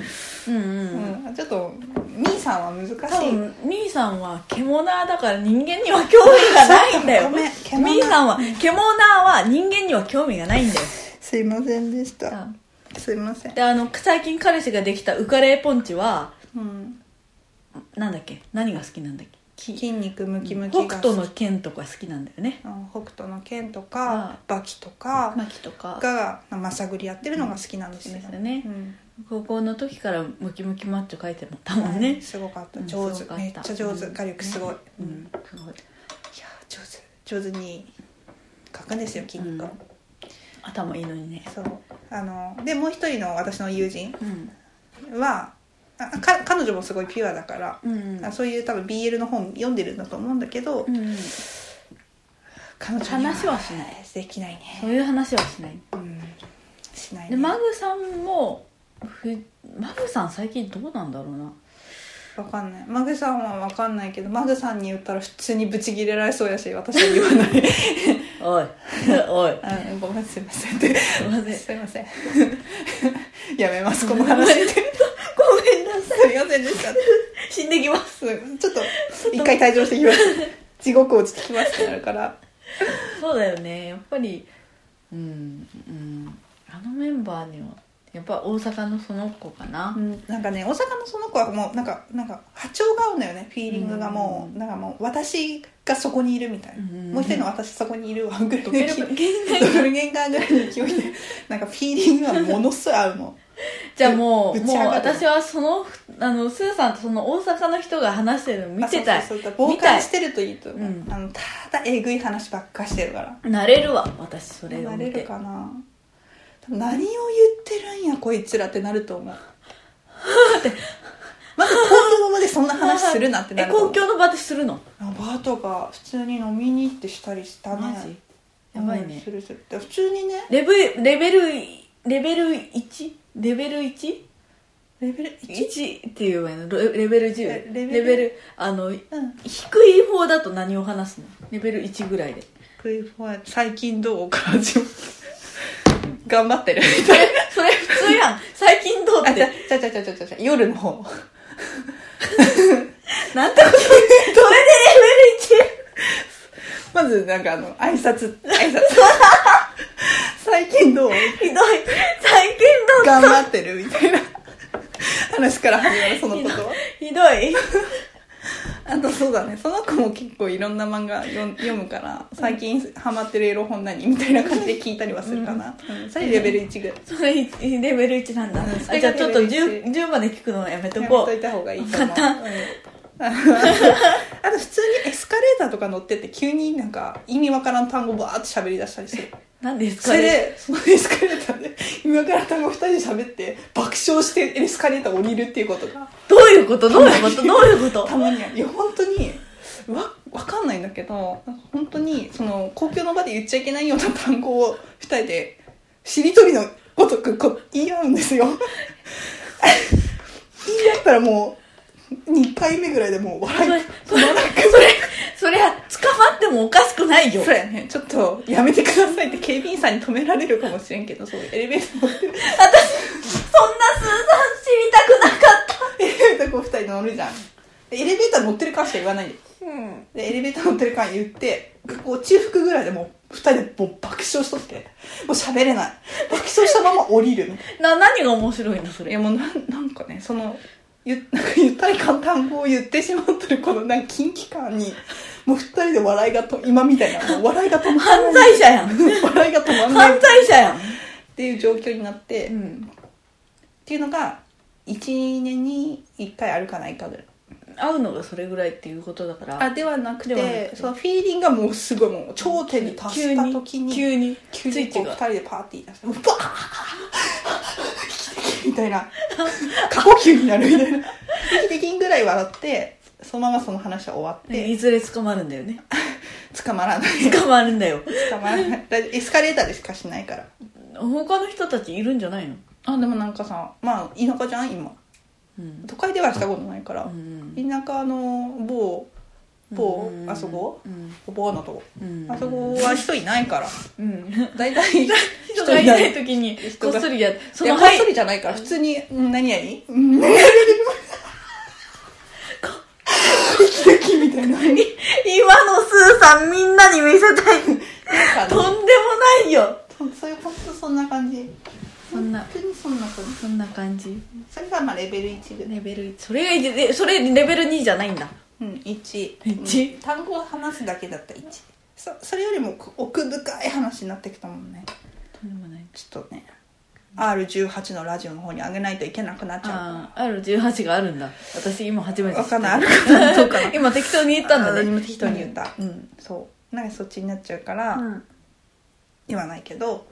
[SPEAKER 3] う
[SPEAKER 2] うんんちょっとみーさんは難しい
[SPEAKER 3] 多分みーさんは獣だから人間には興味がないんだよ
[SPEAKER 2] ごめん
[SPEAKER 3] みーさんは獣は人間には興味がないんだよ
[SPEAKER 2] スすいませんでし
[SPEAKER 3] う
[SPEAKER 2] た
[SPEAKER 3] ん
[SPEAKER 2] すいません
[SPEAKER 3] であの最近彼氏ができたウカレーポンチは
[SPEAKER 2] うん
[SPEAKER 3] なんだっけ何が好きなんだっけ
[SPEAKER 2] 筋肉ムキムキが
[SPEAKER 3] 北斗の剣とか好きなんだよね
[SPEAKER 2] うん北斗の剣とかバキとか
[SPEAKER 3] マキとか
[SPEAKER 2] がまさぐりやってるのが好きなんですよ
[SPEAKER 3] ですよね
[SPEAKER 2] うん
[SPEAKER 3] 高校の時からムキムキマッチョ書いてもらったもんね
[SPEAKER 2] すごかった
[SPEAKER 3] うん
[SPEAKER 2] 上
[SPEAKER 3] す
[SPEAKER 2] 手
[SPEAKER 3] ごかた
[SPEAKER 2] めっちゃ上手
[SPEAKER 3] うん
[SPEAKER 2] 画力すごい
[SPEAKER 3] うん
[SPEAKER 2] うんいや
[SPEAKER 3] すごい
[SPEAKER 2] 上手上手に描くんですよ筋肉を
[SPEAKER 3] うん頭いいのにね
[SPEAKER 2] そうあのでもう一人の私の友人
[SPEAKER 3] うん
[SPEAKER 2] はあか彼女もすごいピュアだから、
[SPEAKER 3] うん
[SPEAKER 2] あそういう多分 BL の本読んでるんだと思うんだけど、
[SPEAKER 3] うん
[SPEAKER 2] 彼女に
[SPEAKER 3] 話はしない
[SPEAKER 2] できない
[SPEAKER 3] そ
[SPEAKER 2] ね、
[SPEAKER 3] ういう話はしない
[SPEAKER 2] うん、しない
[SPEAKER 3] で
[SPEAKER 2] ね
[SPEAKER 3] マグさんもふマグさん最近どうなんだろうな
[SPEAKER 2] わかんないマグさんはわかんないけどマグさんに言ったら普通にブチギレられそうやし私は言わない
[SPEAKER 3] おいおい
[SPEAKER 2] あごめんすいませんって
[SPEAKER 3] すいません
[SPEAKER 2] すいません やめますこの話 ですい
[SPEAKER 3] ごめんなさい
[SPEAKER 2] ませんでした
[SPEAKER 3] 死んできます
[SPEAKER 2] すちょっと一回退場してきます 地獄落ちてきますってなるから
[SPEAKER 3] そうだよねやっぱりうんうんあのメンバーにはやっぱ大阪のその子かな、
[SPEAKER 2] なんかね大阪のその子はもうなんかなんか波長が合うんだよねフィーリングがもう、
[SPEAKER 3] うん
[SPEAKER 2] なんかもう私がそこにいるみたいな、
[SPEAKER 3] うん
[SPEAKER 2] もう一人の私そこにいるわぐらいの
[SPEAKER 3] ド
[SPEAKER 2] 勢い
[SPEAKER 3] キドキ
[SPEAKER 2] ドキドキゲンガーぐらいの勢いで なんかフィーリングがものすごい合うの
[SPEAKER 3] じゃあもう
[SPEAKER 2] ぶち
[SPEAKER 3] も
[SPEAKER 2] 上
[SPEAKER 3] う
[SPEAKER 2] がる
[SPEAKER 3] 私はそのあのスーさんとその大阪の人が話してるの見てたい
[SPEAKER 2] あそうそうそう傍
[SPEAKER 3] 見た
[SPEAKER 2] 観
[SPEAKER 3] い
[SPEAKER 2] してるといいと思う、
[SPEAKER 3] うん
[SPEAKER 2] あのただえぐい話ばっかしてるから
[SPEAKER 3] なれるわ私それを
[SPEAKER 2] な
[SPEAKER 3] 見
[SPEAKER 2] れ
[SPEAKER 3] て
[SPEAKER 2] るかな多分何を言ってるんやこいつらってなる と思うまず公共の場でそんな話するなってな
[SPEAKER 3] え
[SPEAKER 2] ると思
[SPEAKER 3] 公
[SPEAKER 2] う
[SPEAKER 3] 共の場でするの
[SPEAKER 2] あバーとか普通に飲みに行ってしたりしたね
[SPEAKER 3] マジやばい
[SPEAKER 2] うん
[SPEAKER 3] ね
[SPEAKER 2] するするで普通にね
[SPEAKER 3] レベレベルレベル1レベル 1?
[SPEAKER 2] レベル1
[SPEAKER 3] 1って言えばいいのレレベル10
[SPEAKER 2] レレベル
[SPEAKER 3] レベルあの
[SPEAKER 2] うん
[SPEAKER 3] 低い方だと何を話すのレベル1ぐらいで
[SPEAKER 2] クイフォア最近どうか 頑張ってるみたいな
[SPEAKER 3] それ普通 やん最近どう
[SPEAKER 2] あ
[SPEAKER 3] っ
[SPEAKER 2] ちゃ
[SPEAKER 3] て
[SPEAKER 2] ちゃちゃちゃちゃちゃ夜の方
[SPEAKER 3] な んてことそれでレベル 1?
[SPEAKER 2] まずなんかあの挨拶挨 拶最近どう
[SPEAKER 3] ひどい最近どう
[SPEAKER 2] 頑張ってるみたいな話から始まるそのことは
[SPEAKER 3] ひどい
[SPEAKER 2] あとそうだねその子も結構いろんな漫画読ん読むから最近ハマってるエロ本何みたいな感じで聞いたりはするかな、うんそれレベル1ぐらい
[SPEAKER 3] それレベル1なんだ、
[SPEAKER 2] うんそ
[SPEAKER 3] あ
[SPEAKER 2] れ
[SPEAKER 3] じゃ
[SPEAKER 2] が
[SPEAKER 3] あちょっと
[SPEAKER 2] レベル1
[SPEAKER 3] 10, 10まで聞くのはやめと
[SPEAKER 2] やめ
[SPEAKER 3] ことう
[SPEAKER 2] いた方がいいと思う、
[SPEAKER 3] わかっ
[SPEAKER 2] うん あと普通にエスカレーターとか乗ってって急になんか意味わからん単語バーって喋り出したりする
[SPEAKER 3] 何です
[SPEAKER 2] そ
[SPEAKER 3] か
[SPEAKER 2] れでそのエスカレーターで意味わからん単語2人で喋って爆笑してエスカレーター降りるっていうことが
[SPEAKER 3] どういうことどうい うことどういうこと
[SPEAKER 2] たまにあるいや本当にわわかんないんだけどなんか本当にその公共の場で言っちゃいけないような単語を2人でしりとりのごとくこう言い合うんですよ 言い合ったらもう2回目ぐらいでもう
[SPEAKER 3] それ
[SPEAKER 2] 笑い
[SPEAKER 3] それそれそれは捕まってもおかしくないよ
[SPEAKER 2] そうやねちょっとやめてくださいって警備員さんに止められるかもしれんけどそうエレベーター乗ってる
[SPEAKER 3] 私そんなスーさん知りたくなかっ
[SPEAKER 2] エレベーターこう2人乗るじゃんでエレベーター乗ってるかしか言わないんだよ
[SPEAKER 3] たうん
[SPEAKER 2] でエレベーター乗ってる間言ってこう中腹ぐらいでもう2人でもう爆笑しとってもう喋れない爆笑したまま降りるみたい
[SPEAKER 3] な何が面白いのそ
[SPEAKER 2] ない
[SPEAKER 3] れ
[SPEAKER 2] やもうなんなんかねそのゆなんか言った り簡単語を言ってしまってるこのなんか近畿感にもう2人で笑いがと今みたいなもう笑いが止ま
[SPEAKER 3] 犯
[SPEAKER 2] んない
[SPEAKER 3] 罪者やん
[SPEAKER 2] 笑いが止まんない
[SPEAKER 3] 犯
[SPEAKER 2] っ
[SPEAKER 3] 罪者やん
[SPEAKER 2] ていう状況になって、っ
[SPEAKER 3] ん
[SPEAKER 2] ていうのが1年に1回あるかないかぐらい
[SPEAKER 3] 会うのがそれぐらいっていうことだから
[SPEAKER 2] あではなくて
[SPEAKER 3] ではなくて
[SPEAKER 2] そのフィーリングがもうすごいもう頂点に達した時に
[SPEAKER 3] 急に
[SPEAKER 2] 急
[SPEAKER 3] スイ
[SPEAKER 2] に
[SPEAKER 3] ッ
[SPEAKER 2] こ
[SPEAKER 3] チ
[SPEAKER 2] う2
[SPEAKER 3] が
[SPEAKER 2] 人でパーティー出してもうバーッみたいな過呼吸になるみたいな息できんぐらい笑ってそのままその話は終わっ
[SPEAKER 3] い
[SPEAKER 2] て
[SPEAKER 3] ずれ捕まるんだよね
[SPEAKER 2] 捕まらない
[SPEAKER 3] 捕まるんだよ
[SPEAKER 2] 捕まらない大丈夫エスカレーターでしかしないから
[SPEAKER 3] 他の人たちいるんじゃないの
[SPEAKER 2] あでもなんかさまあ田舎じゃん今
[SPEAKER 3] うん
[SPEAKER 2] 都会ではしたことないから、
[SPEAKER 3] うん
[SPEAKER 2] 田舎の某某あそこ
[SPEAKER 3] うん
[SPEAKER 2] 某のとこ
[SPEAKER 3] うん
[SPEAKER 2] あそこは人いないから
[SPEAKER 3] うん
[SPEAKER 2] 大体
[SPEAKER 3] 人がいない時にこっそりやそ
[SPEAKER 2] いや
[SPEAKER 3] の
[SPEAKER 2] こっ
[SPEAKER 3] はい
[SPEAKER 2] そりじゃないから普通に「うん何々うん何々」 息抜きみたいな
[SPEAKER 3] 今のスーさんみんなに見せたいとんでも
[SPEAKER 2] なんかね
[SPEAKER 3] ないよ
[SPEAKER 2] ほんとそういう本当そんな感じ
[SPEAKER 3] そんな
[SPEAKER 2] 本当にそんな感じ
[SPEAKER 3] そんな感じ
[SPEAKER 2] それがまあレベル1ぐらい、
[SPEAKER 3] レベル1それが一でそれレベル2じゃないんだ
[SPEAKER 2] うん、1,
[SPEAKER 3] 一
[SPEAKER 2] うん単語を話すだけだった1そそれよりも奥深い話になってきたもんね
[SPEAKER 3] とんでもない
[SPEAKER 2] ちょっとね R18 のラジオの方に上げないといけなくなっちゃう
[SPEAKER 3] ああ R18 があるんだ私今初めて知
[SPEAKER 2] わ
[SPEAKER 3] った
[SPEAKER 2] かんないあるか などうかな
[SPEAKER 3] 今適当に言ったんだ
[SPEAKER 2] あー
[SPEAKER 3] ね
[SPEAKER 2] 今適当に言ったうん、そうなんかそっちになっちゃうから、
[SPEAKER 3] うん
[SPEAKER 2] 言わないけど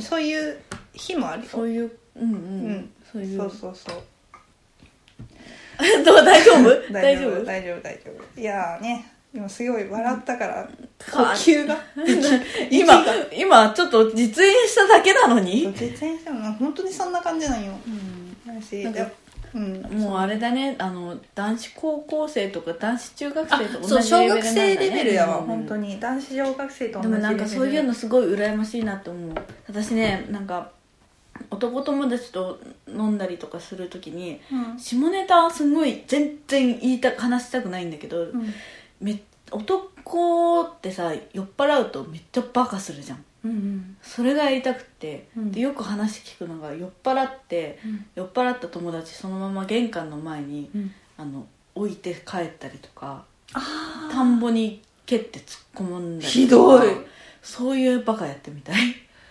[SPEAKER 2] そういう日もあるよ
[SPEAKER 3] そういううんう
[SPEAKER 2] うんん
[SPEAKER 3] そういう
[SPEAKER 2] そうそうそう
[SPEAKER 3] どう大丈夫大
[SPEAKER 2] 大
[SPEAKER 3] 丈
[SPEAKER 2] 丈夫
[SPEAKER 3] 夫
[SPEAKER 2] 大丈夫大丈夫いやーね今すごい笑ったから 呼
[SPEAKER 3] か
[SPEAKER 2] 吸が
[SPEAKER 3] 今今ちょっと実演しただけなのに
[SPEAKER 2] 絶対してもな本当にそんな感じなんよだし
[SPEAKER 3] なんか
[SPEAKER 2] やっうん
[SPEAKER 3] もうあれだねあの男子高校生とか男子中学生と
[SPEAKER 2] あそ
[SPEAKER 3] か同
[SPEAKER 2] う
[SPEAKER 3] じレ
[SPEAKER 2] 小
[SPEAKER 3] ベルな
[SPEAKER 2] 学
[SPEAKER 3] んだ、ね、
[SPEAKER 2] 生レベルやわ、
[SPEAKER 3] うん
[SPEAKER 2] 本当に男子小学生と同
[SPEAKER 3] で
[SPEAKER 2] じレ
[SPEAKER 3] も
[SPEAKER 2] ベル
[SPEAKER 3] なんかそういうのすごい羨ましいなと思う私ねなんか男友達と飲んだりとかするときに
[SPEAKER 2] うん
[SPEAKER 3] 下ネタはすごい全然言いた話したくないんだけど、
[SPEAKER 2] うん
[SPEAKER 3] め男ってさ酔っ払うとめっちゃバカするじゃん
[SPEAKER 2] うん
[SPEAKER 3] それが言いたくて、
[SPEAKER 2] うん
[SPEAKER 3] でよく話聞くのが酔っ払って、
[SPEAKER 2] うん
[SPEAKER 3] 酔っ払った友達そのまま玄関の前に
[SPEAKER 2] うん
[SPEAKER 3] あの置いて帰ったりとか
[SPEAKER 2] あ
[SPEAKER 3] 田んぼに蹴って突っ込んだりとか
[SPEAKER 2] ひどい
[SPEAKER 3] そういうバカやってみたい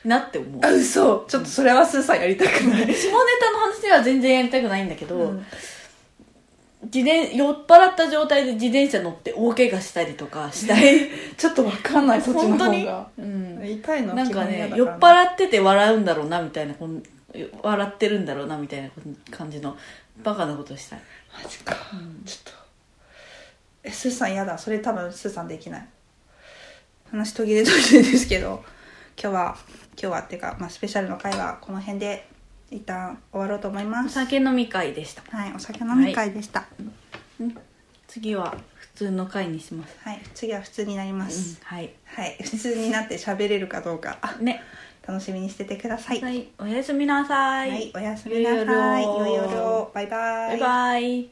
[SPEAKER 3] なって思う
[SPEAKER 2] あ嘘ちょっとそれはスーさんやりたくない、
[SPEAKER 3] 下ネタの話では全然やりたくないんだけど、
[SPEAKER 2] うん
[SPEAKER 3] 自転酔っ払った状態で自転車乗って大怪我したりとかし たい
[SPEAKER 2] ちょっとわかんないそっちの
[SPEAKER 3] 本当
[SPEAKER 2] 方
[SPEAKER 3] に
[SPEAKER 2] が、
[SPEAKER 3] うん、
[SPEAKER 2] 痛いの
[SPEAKER 3] なんか
[SPEAKER 2] 基本嫌だ
[SPEAKER 3] ね
[SPEAKER 2] ら
[SPEAKER 3] 酔っ払ってて笑うんだろうなみたいなこん笑ってるんだろうなみたいなこん感じのバカなことしたい
[SPEAKER 2] マジか、ちょっとえスーさん嫌だそれ多分スーさんできない話途切れ途切れですけど今日は今日はっていうか、まあ、スペシャルの回はこの辺で一旦終わろうと思いま
[SPEAKER 3] お
[SPEAKER 2] す
[SPEAKER 3] 酒飲み会でした
[SPEAKER 2] はいお酒飲み会でしたはい、
[SPEAKER 3] 次は普通の会にします、
[SPEAKER 2] 次は普通になりま
[SPEAKER 3] うん
[SPEAKER 2] す、
[SPEAKER 3] はい
[SPEAKER 2] はい普通になって喋れるかどうかあ
[SPEAKER 3] ね
[SPEAKER 2] 楽しみにしててください、
[SPEAKER 3] はいおやすみなさ、
[SPEAKER 2] はいいおやすみなさい
[SPEAKER 3] よ
[SPEAKER 2] よ
[SPEAKER 3] い
[SPEAKER 2] い
[SPEAKER 3] よ
[SPEAKER 2] よ
[SPEAKER 3] ろ
[SPEAKER 2] いろバイバ
[SPEAKER 3] バイバイ